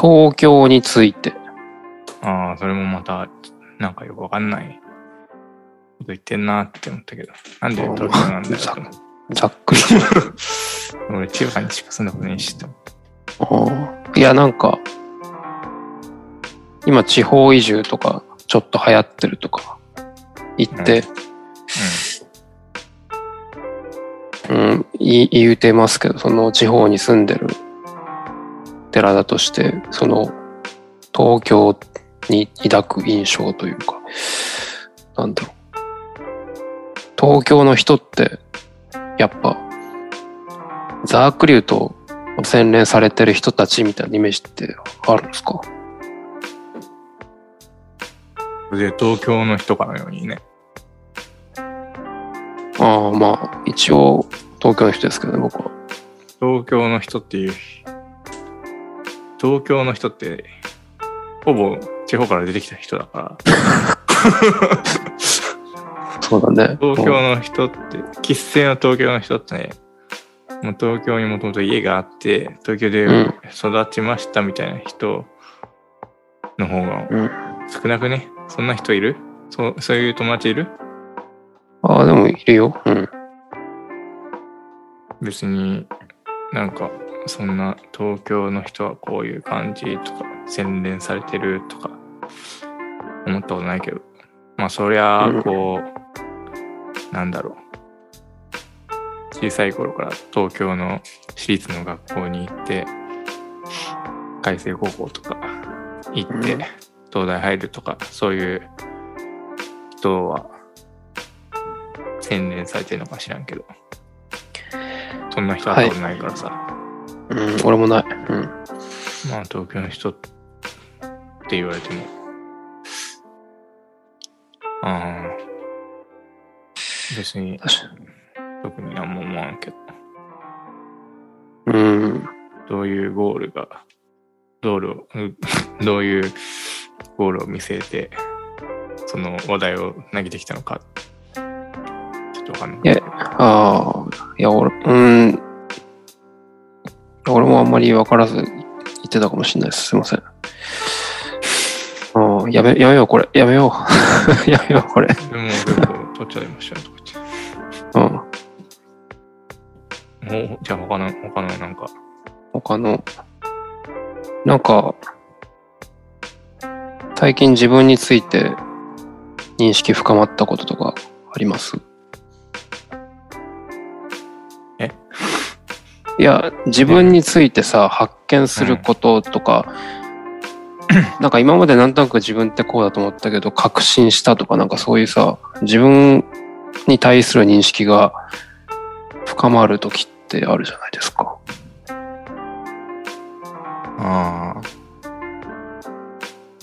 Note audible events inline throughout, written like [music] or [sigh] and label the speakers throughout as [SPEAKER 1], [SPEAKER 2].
[SPEAKER 1] 東京について。
[SPEAKER 2] ああ、それもまた、なんかよくわかんないこと言ってんなって思ったけど。なんで東京なんだろうと思って
[SPEAKER 1] ざっくり。
[SPEAKER 2] 俺、千葉にしか住んだことないしって思っ
[SPEAKER 1] [laughs] あーいや、なんか、今地方移住とか、ちょっと流行ってるとか、言って、うん、い言うてますけど、その地方に住んでる寺だとして、その東京に抱く印象というか、なんだろう。東京の人って、やっぱ、ざっくり言うと、洗練されてる人たちみたいなイメージってあるんですか
[SPEAKER 2] た。で、東京の人かのようにね。
[SPEAKER 1] ああ、まあ、一応、東京の人ですけどね、僕は。
[SPEAKER 2] 東京の人っていう、東京の人って、ほぼ地方から出てきた人だから、
[SPEAKER 1] そうだね。
[SPEAKER 2] 東京
[SPEAKER 1] うん
[SPEAKER 2] の人って、喫煙の東京の人ってね、もう東京にもともと家があって、東京で
[SPEAKER 1] うん
[SPEAKER 2] 育ちましたみたいな人の方が
[SPEAKER 1] うん
[SPEAKER 2] 少なくね、そんな人いるそうそういう友達いる
[SPEAKER 1] ああ、でもいるよ。うん。
[SPEAKER 2] 別になんかそんな東京の人はこういう感じとか洗練されてるとか思ったことないけどまあそりゃ
[SPEAKER 1] うん
[SPEAKER 2] こう、なんだろう小さい頃から東京の私立の学校に行って海星高校とか行って、
[SPEAKER 1] うん
[SPEAKER 2] 東大入るとかそういう人は洗練されてるのか知らんけどそんな人は会ったことないからさ、
[SPEAKER 1] うん、俺もない。うん。
[SPEAKER 2] まあ東京の人って言われてもああ別に
[SPEAKER 1] 確かに
[SPEAKER 2] 特に何も思わんけど
[SPEAKER 1] うん。
[SPEAKER 2] どういうゴールがどう [laughs] ろどういうゴールを見据えてその話題を投げてきたのかちょっとわかんない
[SPEAKER 1] いやああ、いや、俺、うん。いや俺もあんまり分からず言ってたかもしれないです。すいません。ああ、やめ、やめよう、これ。やめよう。 [laughs] やめよう、これ。
[SPEAKER 2] でも結構取っちゃいましたねとか言っ
[SPEAKER 1] うん。
[SPEAKER 2] てもうじゃあ他の他のなんか
[SPEAKER 1] 他の。なんか、最近自分について認識深まったこととかあります
[SPEAKER 2] え
[SPEAKER 1] いや、自分についてさ、発見することとか、なんか今までなんとなく自分ってこうだと思ったけど、確信したとか、なんかそういうさ、自分に対する認識が深まるときってあるじゃないですか。
[SPEAKER 2] ああ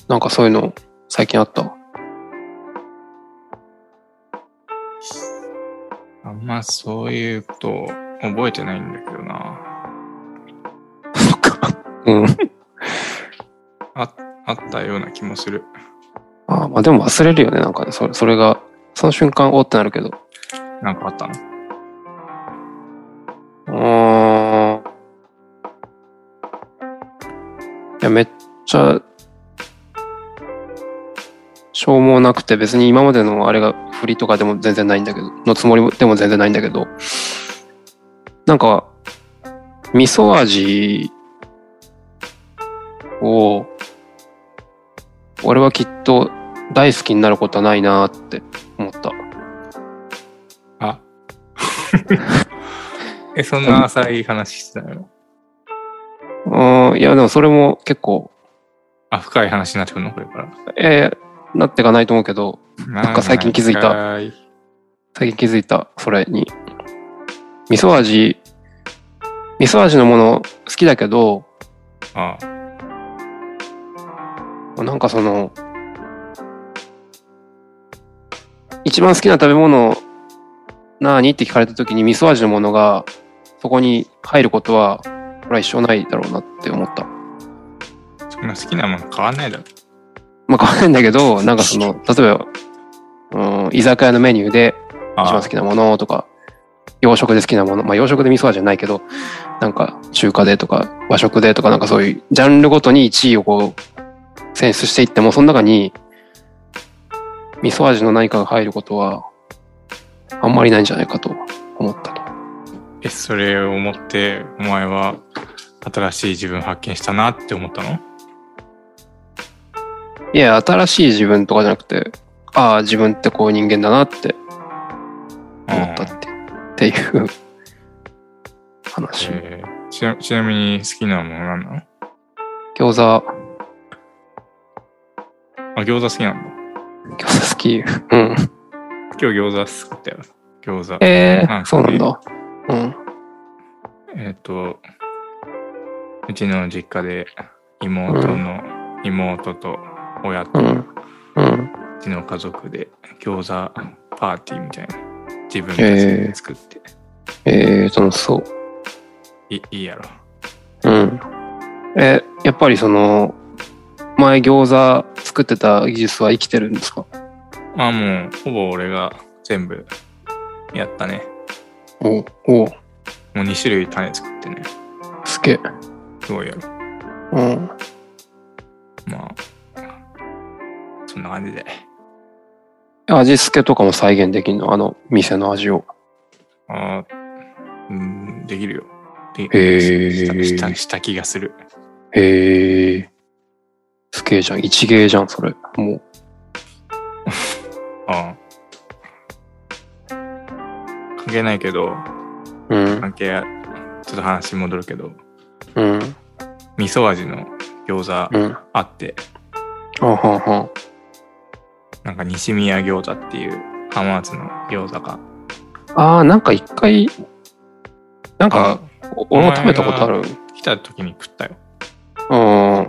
[SPEAKER 1] なんかそういうの最近あった。
[SPEAKER 2] あんまそういうことを覚えてないんだけどな。
[SPEAKER 1] うん。
[SPEAKER 2] ああったような気もする。
[SPEAKER 1] あーまあでも忘れるよね、なんかね、それそれが、その瞬間、おーってなるけど。
[SPEAKER 2] なんかあったの
[SPEAKER 1] うーん。いや、めっちゃ、消耗なくて、別に今までのあれが振りとかでも全然ないんだけど、のつもりもでも全然ないんだけど、なんか、味噌味を、俺はきっと大好きになることはないなーって思った。 [laughs]
[SPEAKER 2] あえ、そんな浅い話してたの
[SPEAKER 1] うん、いや、でもそれも結構、
[SPEAKER 2] あ、深い話になってくるのこれから。
[SPEAKER 1] えーなってかないと思うけど、
[SPEAKER 2] なん
[SPEAKER 1] か最近気づいた
[SPEAKER 2] た。
[SPEAKER 1] 最近気づいた、それに。味噌味、味噌味のもの好きだけど、
[SPEAKER 2] あ
[SPEAKER 1] なんかその、一番好きな食べ物、何って聞かれた時に味噌味のものが、そこに入ることは、これは一生ないだろうなって思った。
[SPEAKER 2] そんな好きなもの変わんないだろ。
[SPEAKER 1] まあ変わんないんだけど、なんかその、例えば、うん、居酒屋のメニューで、一
[SPEAKER 2] あ
[SPEAKER 1] 番好きなものとか洋食で好きなもの、まあ、洋食で味噌味じゃないけどなんか中華でとか和食でとかなんかそういうジャンルごとに1位をこう選出していってもその中に味噌味の何かが入ることはあんまりないんじゃないかと思ったと。
[SPEAKER 2] え、それを思って、お前は新しい自分発見したなって思ったの
[SPEAKER 1] いや新しい自分とかじゃなくてああ自分ってこういう人間だなって思ったって,、っていう話。
[SPEAKER 2] うんえーちなちなみに好きなものなんなの
[SPEAKER 1] 餃子
[SPEAKER 2] あ、餃子好きなんだ。
[SPEAKER 1] 餃子好き。うん。
[SPEAKER 2] 今日餃子好きだよ。餃子。
[SPEAKER 1] え
[SPEAKER 2] うん
[SPEAKER 1] ー、そうなんだ。うん。
[SPEAKER 2] えっ、と、うちの実家で妹の妹と親と
[SPEAKER 1] う。
[SPEAKER 2] うん
[SPEAKER 1] うん。
[SPEAKER 2] ちの家族で餃子パーティーみたいな自分たちで作って、
[SPEAKER 1] えー、楽しそう。
[SPEAKER 2] いいいやろ。
[SPEAKER 1] うん。え、やっぱりその、前餃子作ってた技術は生きてるんですか
[SPEAKER 2] まあもうほぼ俺が全部やったね。
[SPEAKER 1] おお
[SPEAKER 2] もう2種類種作ってね。
[SPEAKER 1] すげえ。
[SPEAKER 2] すごいやろ。
[SPEAKER 1] うん。
[SPEAKER 2] まあ、そんな感じで。
[SPEAKER 1] 味付けとかも再現できるのあの、店の味を。
[SPEAKER 2] ああ、うん、できるよ。で
[SPEAKER 1] へー
[SPEAKER 2] したしたした気がする。
[SPEAKER 1] へえ。すげえじゃん。一芸じゃん、それ。もう。
[SPEAKER 2] ああ。関係ないけど、
[SPEAKER 1] うん。
[SPEAKER 2] 関係あ、ちょっと話戻るけど、
[SPEAKER 1] うん。
[SPEAKER 2] 味噌味の餃子
[SPEAKER 1] うん。
[SPEAKER 2] あって、
[SPEAKER 1] あはんは
[SPEAKER 2] なんか西宮餃子っていう浜松の餃子が。
[SPEAKER 1] ん。あー、なんか一回、なんか、お俺も食べたことある。
[SPEAKER 2] 来た時に食ったよ。
[SPEAKER 1] う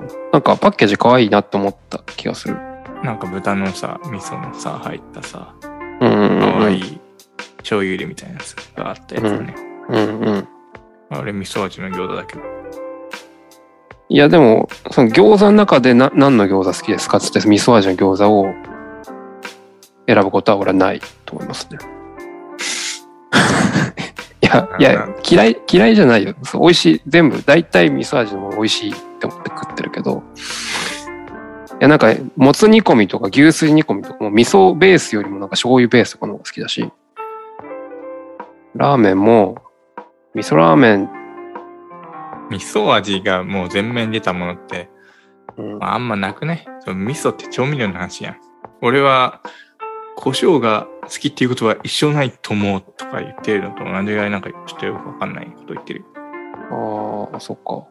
[SPEAKER 1] ん。なんかパッケージ可愛いなって思った気がする。
[SPEAKER 2] なんか豚のさ、味噌のさ、入ったさ、
[SPEAKER 1] うんうん
[SPEAKER 2] か
[SPEAKER 1] う
[SPEAKER 2] わい
[SPEAKER 1] ん。
[SPEAKER 2] い醤油入れみたいなやつがあったやつね。
[SPEAKER 1] うんうん。
[SPEAKER 2] あれ味噌味の餃子だけど。
[SPEAKER 1] いやでも、その餃子の中でな何の餃子好きですかっつって味噌味の餃子を選ぶことは俺はないと思いますね。 [laughs] いや、いや、嫌い、嫌いじゃないよ。そう美味しい。全部、大体味噌味のもの美味しいって思って食ってるけど。いや、なんか、もつ煮込みとか牛すじ煮込みとかも味噌ベースよりもなんか醤油ベースとかの方が好きだし。ラーメンも、味噌ラーメン、
[SPEAKER 2] 味噌味がもう全面に出たものって、
[SPEAKER 1] うん
[SPEAKER 2] まあ、あんまなくねその味噌って調味料の話やん。俺は、胡椒が好きっていうことは一生ないと思うとか言ってるのと同じぐらいなんかちょっとよくわかんないこと言ってる。
[SPEAKER 1] ああ、そっか。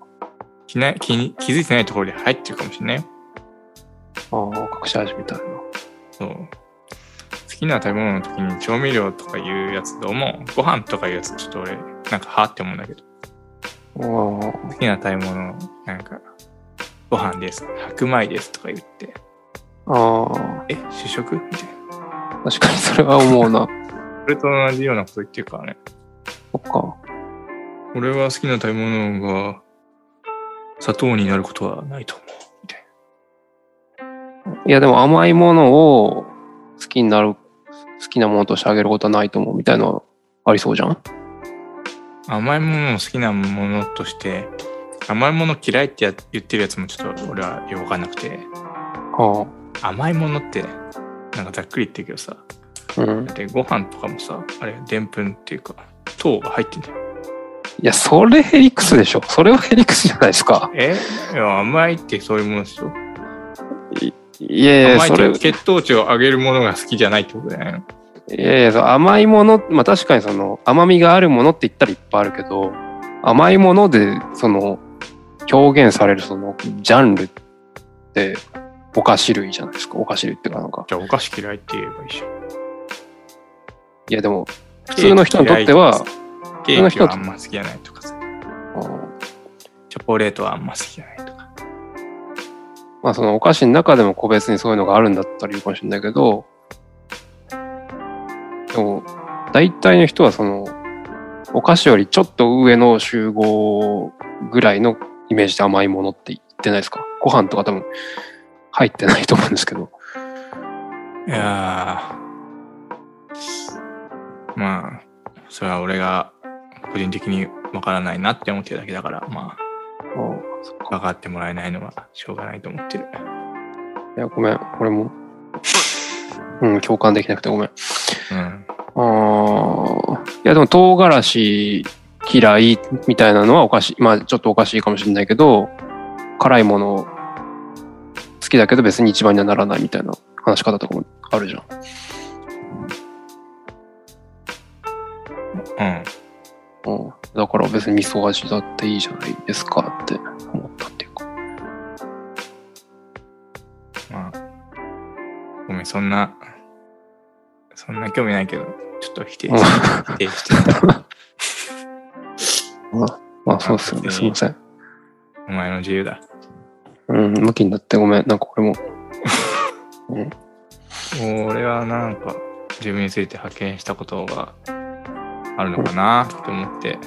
[SPEAKER 2] 気な気に気づいてないところで入ってるかもしれないよ。
[SPEAKER 1] ああ、隠し味みたいな。
[SPEAKER 2] そう。好きな食べ物の時に調味料とかいうやつどうも、ご飯とかいうやつちょっと俺、なんかはって思うんだけど。
[SPEAKER 1] ああ、
[SPEAKER 2] 好きな食べ物、なんか、ご飯です。白米ですとか言って、
[SPEAKER 1] あ
[SPEAKER 2] え、主食みたいな。
[SPEAKER 1] あ、確かにそれは思うな。 [laughs]
[SPEAKER 2] それと同じようなこと言ってるからね。
[SPEAKER 1] そっか。
[SPEAKER 2] 俺は好きな食べ物が砂糖になることはないと思う。みたい
[SPEAKER 1] いや、でも甘いものを好きになる、好きなものとしてあげることはないと思うみたいなのありそうじゃん
[SPEAKER 2] な。甘いものを好きなものとして、甘いもの嫌いってや言ってるやつもちょっと俺はよくわかんなくて、
[SPEAKER 1] は
[SPEAKER 2] 甘いものって、なんかざっくり言ってるけどさ、
[SPEAKER 1] あ、うん。
[SPEAKER 2] だってご飯とかもさ、あれ、でんぷんっていうか、糖が入ってんじゃん。
[SPEAKER 1] いや、それヘリクスでしょ。それはヘリクスじゃないですか。
[SPEAKER 2] えいや甘いってそういうものでしょ
[SPEAKER 1] いやいや、
[SPEAKER 2] 甘い
[SPEAKER 1] それ、
[SPEAKER 2] っ
[SPEAKER 1] い
[SPEAKER 2] て血糖値を上げるものが好きじゃないってことじゃないの
[SPEAKER 1] やいや、その甘いもの、まあ確かにその甘みがあるものって言ったらいっぱいあるけど、甘いもので、その、表現されるそのジャンルって、お菓子類じゃないですか。お菓子類っていうかなんか。
[SPEAKER 2] じゃあお菓子嫌いって言えばいいじゃん。
[SPEAKER 1] いやでも普通の人にとっては、
[SPEAKER 2] ケーキはあんま好きじゃないとかさ、
[SPEAKER 1] うん
[SPEAKER 2] チョコレートはあんま好きじゃないとか。
[SPEAKER 1] まあそのお菓子の中でも個別にそういうのがあるんだったらいいかもしれないけど、でも大体の人はそのお菓子よりちょっと上の集合ぐらいのイメージで甘いものって言ってないですかご飯とか多分入ってないと思うんですけど。
[SPEAKER 2] いやーまあ、それは俺が個人的にわからないなって思ってるだけだから、ま
[SPEAKER 1] ああ、そっ
[SPEAKER 2] あ、
[SPEAKER 1] か。
[SPEAKER 2] 分かってもらえないのはしょうがないと思ってる。
[SPEAKER 1] いや、ごめん。俺も。うん、共感できなくてごめん。
[SPEAKER 2] うん。
[SPEAKER 1] ああ。いや、でも、唐辛子嫌いみたいなのはおかしい。まあ、ちょっとおかしいかもしれないけど、辛いもの好きだけど別に一番にはならないみたいな話し方とかもあるじゃん。
[SPEAKER 2] う
[SPEAKER 1] う
[SPEAKER 2] ん。
[SPEAKER 1] ん。だから別に味噌味だっていいじゃないですかって思ったっていうか。
[SPEAKER 2] まあ、ごめん、そんな、そんな興味ないけど、ちょっと否定
[SPEAKER 1] うん
[SPEAKER 2] して、否定してた。
[SPEAKER 1] まあ、そうですよね。
[SPEAKER 2] 別
[SPEAKER 1] す
[SPEAKER 2] に
[SPEAKER 1] いません。
[SPEAKER 2] お前の自由だ。
[SPEAKER 1] うん、向きになってごめん。なんか俺も。うん。
[SPEAKER 2] 俺はなんか、自分について発見したことがあるのかなって思って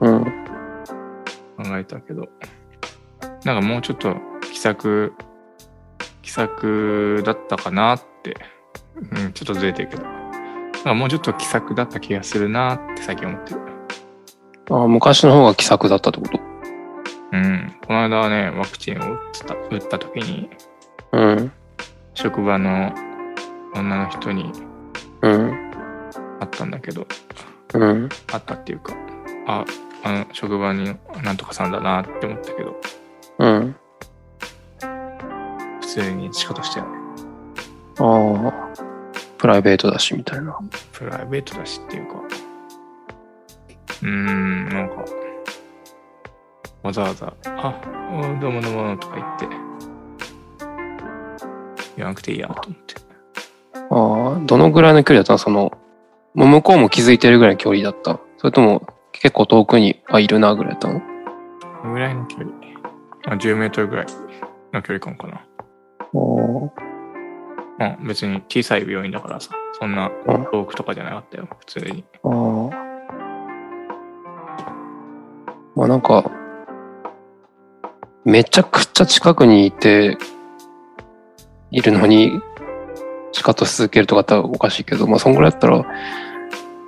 [SPEAKER 1] うん。
[SPEAKER 2] 考えたけど、なんかもうちょっと気さく、気さくだったかなって、うん、ちょっとずれてるけど、なんかもうちょっと気さくだった気がするなって最近思ってる。
[SPEAKER 1] ああ昔の方が気さくだったってこと
[SPEAKER 2] うん、この間はね、ワクチンを打った打った時に、
[SPEAKER 1] うん。
[SPEAKER 2] 職場の女の人に
[SPEAKER 1] うん。
[SPEAKER 2] 会ったんだけど
[SPEAKER 1] うん。
[SPEAKER 2] 会ったっていうかああの職場になんとかさんだなって思ったけど
[SPEAKER 1] うん。
[SPEAKER 2] 普通に仕方してない
[SPEAKER 1] ああ。プライベートだし、みたいな。
[SPEAKER 2] プライベートだしっていうかうーんなんかわざわざ「あおどうもどうも」とか言って言わなくていいやと思って
[SPEAKER 1] ああ、どのぐらいの距離だったのその、もう向こうも気づいてるぐらいの距離だったそれとも、結構遠くに、あ、いるな、ぐらいだったの
[SPEAKER 2] このぐらいの距離まあ10メートルぐらいの距離感かな
[SPEAKER 1] お
[SPEAKER 2] まあ別に小さい病院だからさそんな
[SPEAKER 1] うん
[SPEAKER 2] 遠くとかじゃなかったよ普通に
[SPEAKER 1] ああ。まあなんか、めちゃくちゃ近くにいて、いるのに、仕方し続けるとかだったらおかしいけど、まあそんぐらいだったら、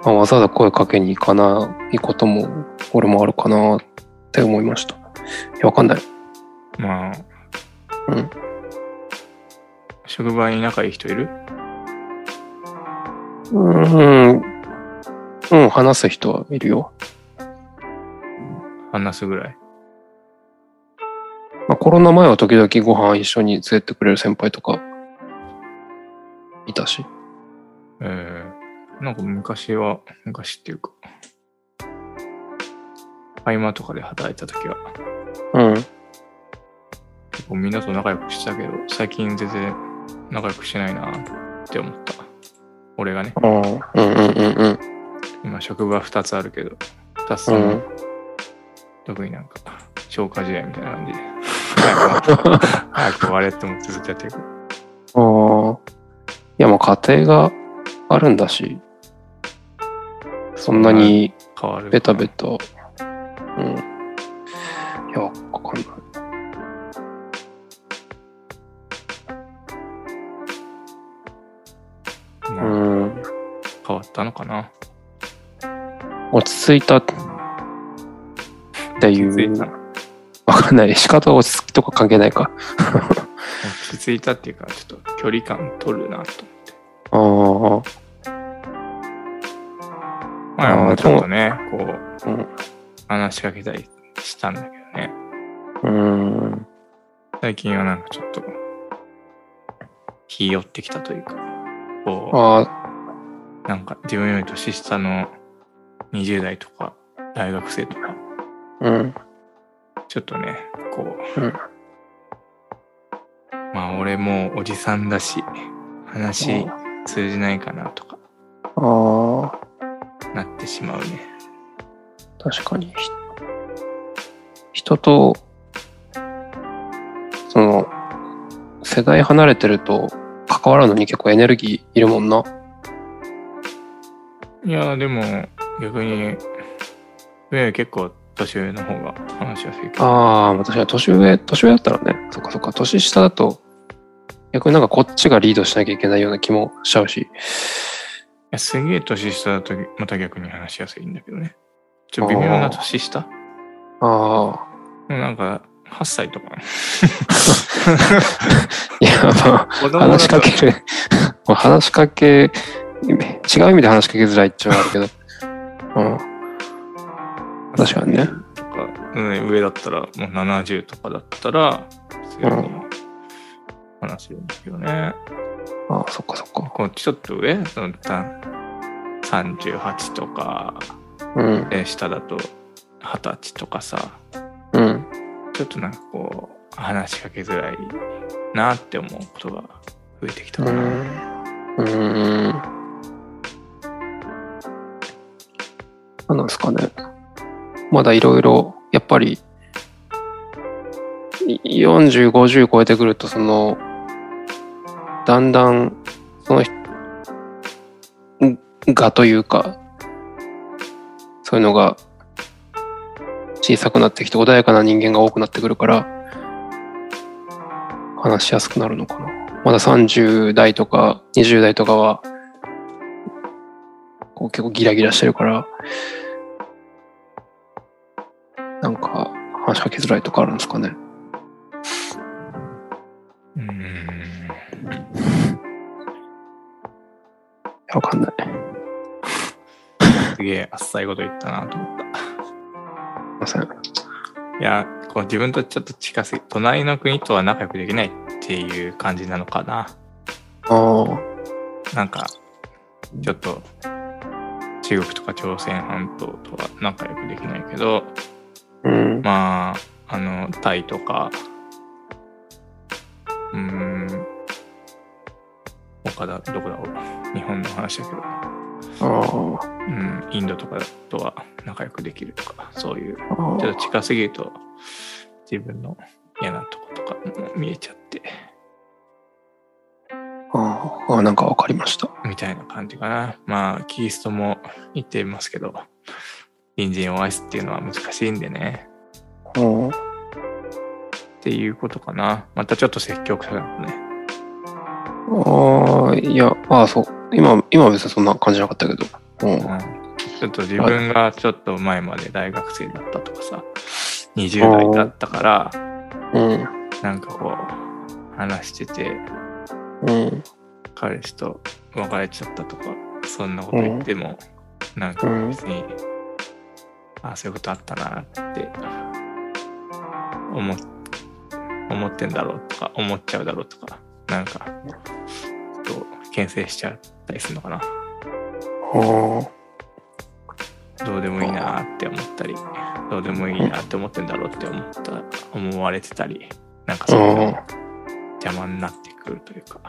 [SPEAKER 1] まあ、わざわざ声かけに行かないことも、俺もあるかなって思いました。いや、わかんない。
[SPEAKER 2] まあ、
[SPEAKER 1] うん
[SPEAKER 2] 職場に仲いい人いる
[SPEAKER 1] うん。うん、話す人はいるよ。
[SPEAKER 2] 話すぐらい。
[SPEAKER 1] まあ、コロナ前は時々ご飯一緒に連れてくれる先輩とか、いたし。
[SPEAKER 2] えー、なんか昔は、昔っていうか、合間とかで働いた時は、
[SPEAKER 1] うん。
[SPEAKER 2] 結構みんなと仲良くしてたけど、最近全然仲良くしてないなって思った。俺がね、
[SPEAKER 1] ああ。うんうんうんうん。
[SPEAKER 2] 今職場2つあるけど、2つ
[SPEAKER 1] う
[SPEAKER 2] とも
[SPEAKER 1] ん。
[SPEAKER 2] 特になんか、消化試合みたいな感じで、早く終わって早く終われって思ってずっとやってるけど。
[SPEAKER 1] ああ。いや、もう家庭があるんだし、そんなに
[SPEAKER 2] 変わる。
[SPEAKER 1] ベタベタ。うん。いや、わかんない。
[SPEAKER 2] まあ
[SPEAKER 1] うん。
[SPEAKER 2] 変わったのかな。
[SPEAKER 1] 落ち着いたってい
[SPEAKER 2] 落ち着いうた。
[SPEAKER 1] わかんない。仕方は落ち着きとか関係ないか。
[SPEAKER 2] 落ち着いたっていうか、ちょっと距離感取るなと思って。
[SPEAKER 1] ああ。
[SPEAKER 2] まあ、
[SPEAKER 1] あー
[SPEAKER 2] もうちょっとね、こう、
[SPEAKER 1] うん
[SPEAKER 2] 話しかけたりしたんだけどね。
[SPEAKER 1] うん。
[SPEAKER 2] 最近はなんかちょっと、気寄ってきたというか、こ
[SPEAKER 1] ああ。
[SPEAKER 2] う、なんか自分より年下の20代とか、大学生とか、
[SPEAKER 1] うん。
[SPEAKER 2] ちょっとね、こう、
[SPEAKER 1] うん
[SPEAKER 2] まあ俺もうおじさんだし、話通じないかなとか、
[SPEAKER 1] ああ、
[SPEAKER 2] なってしまうね。
[SPEAKER 1] 確かに。ひ人と、その、世代離れてると、関わるのに結構エネルギーいるもんな。
[SPEAKER 2] いやーでも逆に上結構年上の方が話しやすいけど
[SPEAKER 1] ああ、確かに年上、年上だったらね、そっかそっか、年下だと、逆になんかこっちがリードしなきゃいけないような気もしちゃうし、
[SPEAKER 2] やすげえ年下だとまた逆に話しやすいんだけどね。ちょっと微妙な年下
[SPEAKER 1] ああ。
[SPEAKER 2] なんか、8歳とか。
[SPEAKER 1] [laughs] いや、まあ、
[SPEAKER 2] 子供だと
[SPEAKER 1] [laughs] 話しかける。 [laughs] まあ話しかけ、違う意味で話しかけづらいっちゅうのはあるけど。うん。確かにね。
[SPEAKER 2] とか、うん上だったら、もう70とかだったら、普通に話せるんだけどね。
[SPEAKER 1] ああ、そっかそっか。
[SPEAKER 2] こうちょっと上そのた38とか、
[SPEAKER 1] うん。
[SPEAKER 2] で下だと20歳とかさ、
[SPEAKER 1] うん。
[SPEAKER 2] ちょっとなんかこう、話しかけづらいなって思うことが増えてきたかな。
[SPEAKER 1] うーん。何なんですかね。まだいろいろ、やっぱり、い40、50超えてくると、その、だんだん、その人、んがというか、そういうのが小さくなってきて穏やかな人間が多くなってくるから、話しやすくなるのかな。まだ30代とか20代とかは、こう結構ギラギラしてるから、なんか話しかけづらいとかあるんですかね。
[SPEAKER 2] うーん。
[SPEAKER 1] わかんない。
[SPEAKER 2] すげえ、あっさいこと言ったなと思った。
[SPEAKER 1] すいません。
[SPEAKER 2] いや、こう自分とちょっと近すぎ、隣の国とは仲良くできないっていう感じなのかな。
[SPEAKER 1] あ
[SPEAKER 2] なんか、ちょっと、中国とか朝鮮半島とは仲良くできないけど、
[SPEAKER 1] あ、うん。
[SPEAKER 2] まあ、あの、タイとか、うーん、他だ、どこだろう、日本の話だけど、
[SPEAKER 1] ああ、
[SPEAKER 2] うん、インドとかとは仲良くできるとか、そういう、
[SPEAKER 1] ああ
[SPEAKER 2] ちょっと近すぎると、自分の嫌なとことかも見えちゃって、
[SPEAKER 1] ああ、なんかわかりました。
[SPEAKER 2] みたいな感じかな。まあ、キリストも言ってますけど、隣人を愛すっていうのは難しいんでね。
[SPEAKER 1] うん
[SPEAKER 2] っていうことかな。またちょっと積極さだね。
[SPEAKER 1] ああ、いや、ああ、そう。今、今は別にそんな感じなかったけど。うん。あ
[SPEAKER 2] ちょっと自分がちょっと前まで大学生だったとかさ、20代だったから、
[SPEAKER 1] うん。
[SPEAKER 2] なんかこう、話してて、
[SPEAKER 1] うん。
[SPEAKER 2] 彼氏と別れちゃったとか、そんなこと言っても、なんか別に、ああ、そういうことあったなって、思っ、思ってんだろうとか、思っちゃうだろうとか、なんか、ちょっと、牽制しちゃったりするのかな。
[SPEAKER 1] あ
[SPEAKER 2] どうでもいいなって思ったり、どうでもいいなって思ってんだろうって思った、思われてたり、なんか
[SPEAKER 1] あ、う
[SPEAKER 2] そういうの
[SPEAKER 1] ん。
[SPEAKER 2] 邪魔になってくるというか、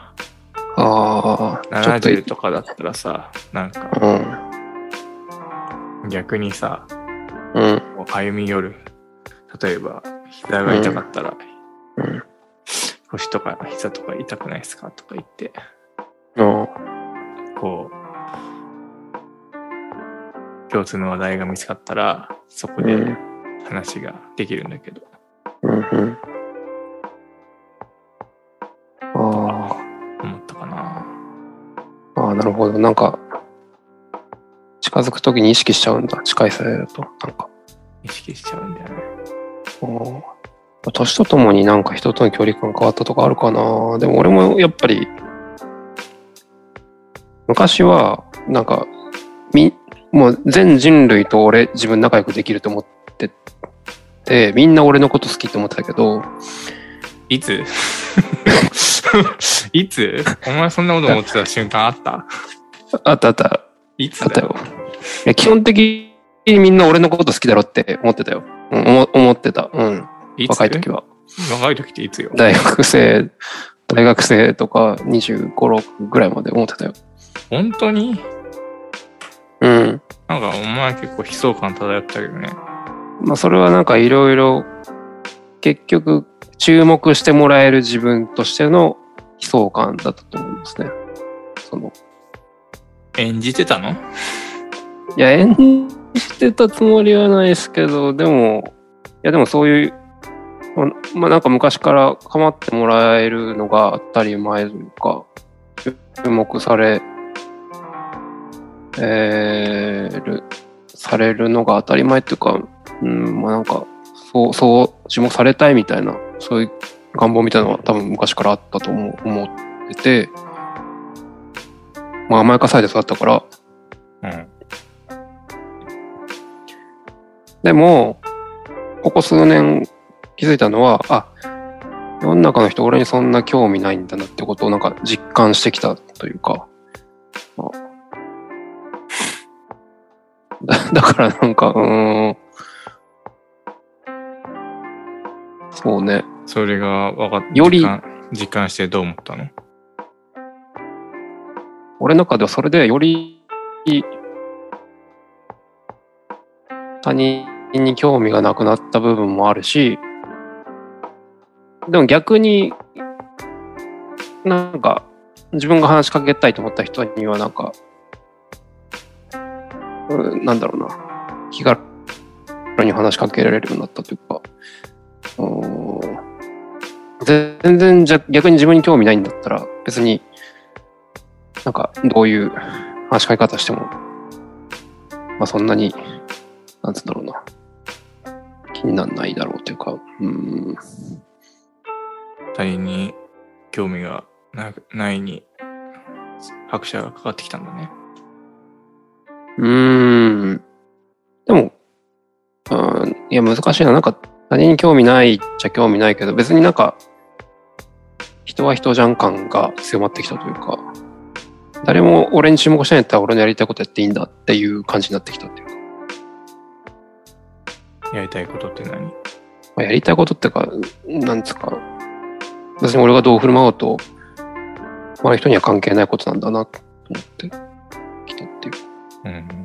[SPEAKER 1] ああ、ちょっとい
[SPEAKER 2] 70とかだったらさ、なんか
[SPEAKER 1] うん。
[SPEAKER 2] 逆にさ、
[SPEAKER 1] うん。
[SPEAKER 2] こう歩み寄る。例えば、膝が痛かったら、
[SPEAKER 1] うん。
[SPEAKER 2] 腰とか膝とか痛くないですかとか言って、
[SPEAKER 1] うん。
[SPEAKER 2] こう、共通の話題が見つかったら、そこで
[SPEAKER 1] うん
[SPEAKER 2] 話ができるんだけど、
[SPEAKER 1] うんうん。あ
[SPEAKER 2] 思ったかな。
[SPEAKER 1] ーあー、なるほど。なんか、近づくときに意識しちゃうんだ。近い世代だと。なんか、
[SPEAKER 2] 意識しちゃうんだよね。
[SPEAKER 1] うん年とともになんか人との距離感変わったとかあるかな。でも俺もやっぱり、昔は、なんか、み、もう全人類と俺、自分仲良くできると思ってて、みんな俺のこと好きって思ってたけど、
[SPEAKER 2] いつ [laughs] いつお前そんなこと思ってた瞬間あった
[SPEAKER 1] あったあった。
[SPEAKER 2] いつ
[SPEAKER 1] あっ
[SPEAKER 2] だ
[SPEAKER 1] た
[SPEAKER 2] よ
[SPEAKER 1] よ。いや基本的にみんな俺のこと好きだろって思ってたよ。うん、思思ってた。うん。
[SPEAKER 2] いつ
[SPEAKER 1] 若い時は。
[SPEAKER 2] 若い時っていつよ
[SPEAKER 1] 大学生、大学生とか25、6ぐらいまで思ってたよ。
[SPEAKER 2] 本当に
[SPEAKER 1] うん。
[SPEAKER 2] なんかお前結構悲壮感漂ってたけどね。
[SPEAKER 1] まあそれはなんかいろいろ、結局注目してもらえる自分としての悲壮感だったと思いますね。その、
[SPEAKER 2] 演じてたの
[SPEAKER 1] いや、演じてたつもりはないですけど、でも、いや、でもそういう、まあ、まあなんか昔から構ってもらえるのが当たり前というか、注目されえーるされるのが当たり前っていうか、うん、まあなんか、そう、そう、自分もされたいみたいな、そういう願望みたいなのは多分昔からあったと思う思ってて、まあ甘やかされて育ったから、
[SPEAKER 2] うん。
[SPEAKER 1] でも、ここ数年気づいたのは、あ、世の中の人俺にそんな興味ないんだなってことをなんか実感してきたというか、あだだ [laughs] からなんか、うーん、そうね、
[SPEAKER 2] それが分かっ
[SPEAKER 1] より
[SPEAKER 2] 実感実感してどう思ったの
[SPEAKER 1] 俺の中ではそれでより他人に興味がなくなった部分もあるしでも逆になんか自分が話しかけたいと思った人にはなんかうんなんだろうな気軽に話しかけられるようになったというかうーん全然じゃ逆に自分に興味ないんだったら別になんか、どういう話しかけ方しても、まあそんなに、なんつうんだろうな、気にならないだろうというか、うーん、
[SPEAKER 2] 他人に興味がなないに拍車がかかってきたんだね。
[SPEAKER 1] うーん、でも、うーん、いや難しいな、なんか、他人に興味ないっちゃ興味ないけど、別になんか、人は人じゃん感が強まってきたというか、誰も俺に注目しないんだったら俺のやりたいことやっていいんだっていう感じになってきたっていうか、
[SPEAKER 2] やりたいことって何
[SPEAKER 1] まあ、やりたいことっていうか、なんつうか、別に俺がどう振る舞おうと、周りの人には関係ないことなんだなと思ってきたっていう。
[SPEAKER 2] うん。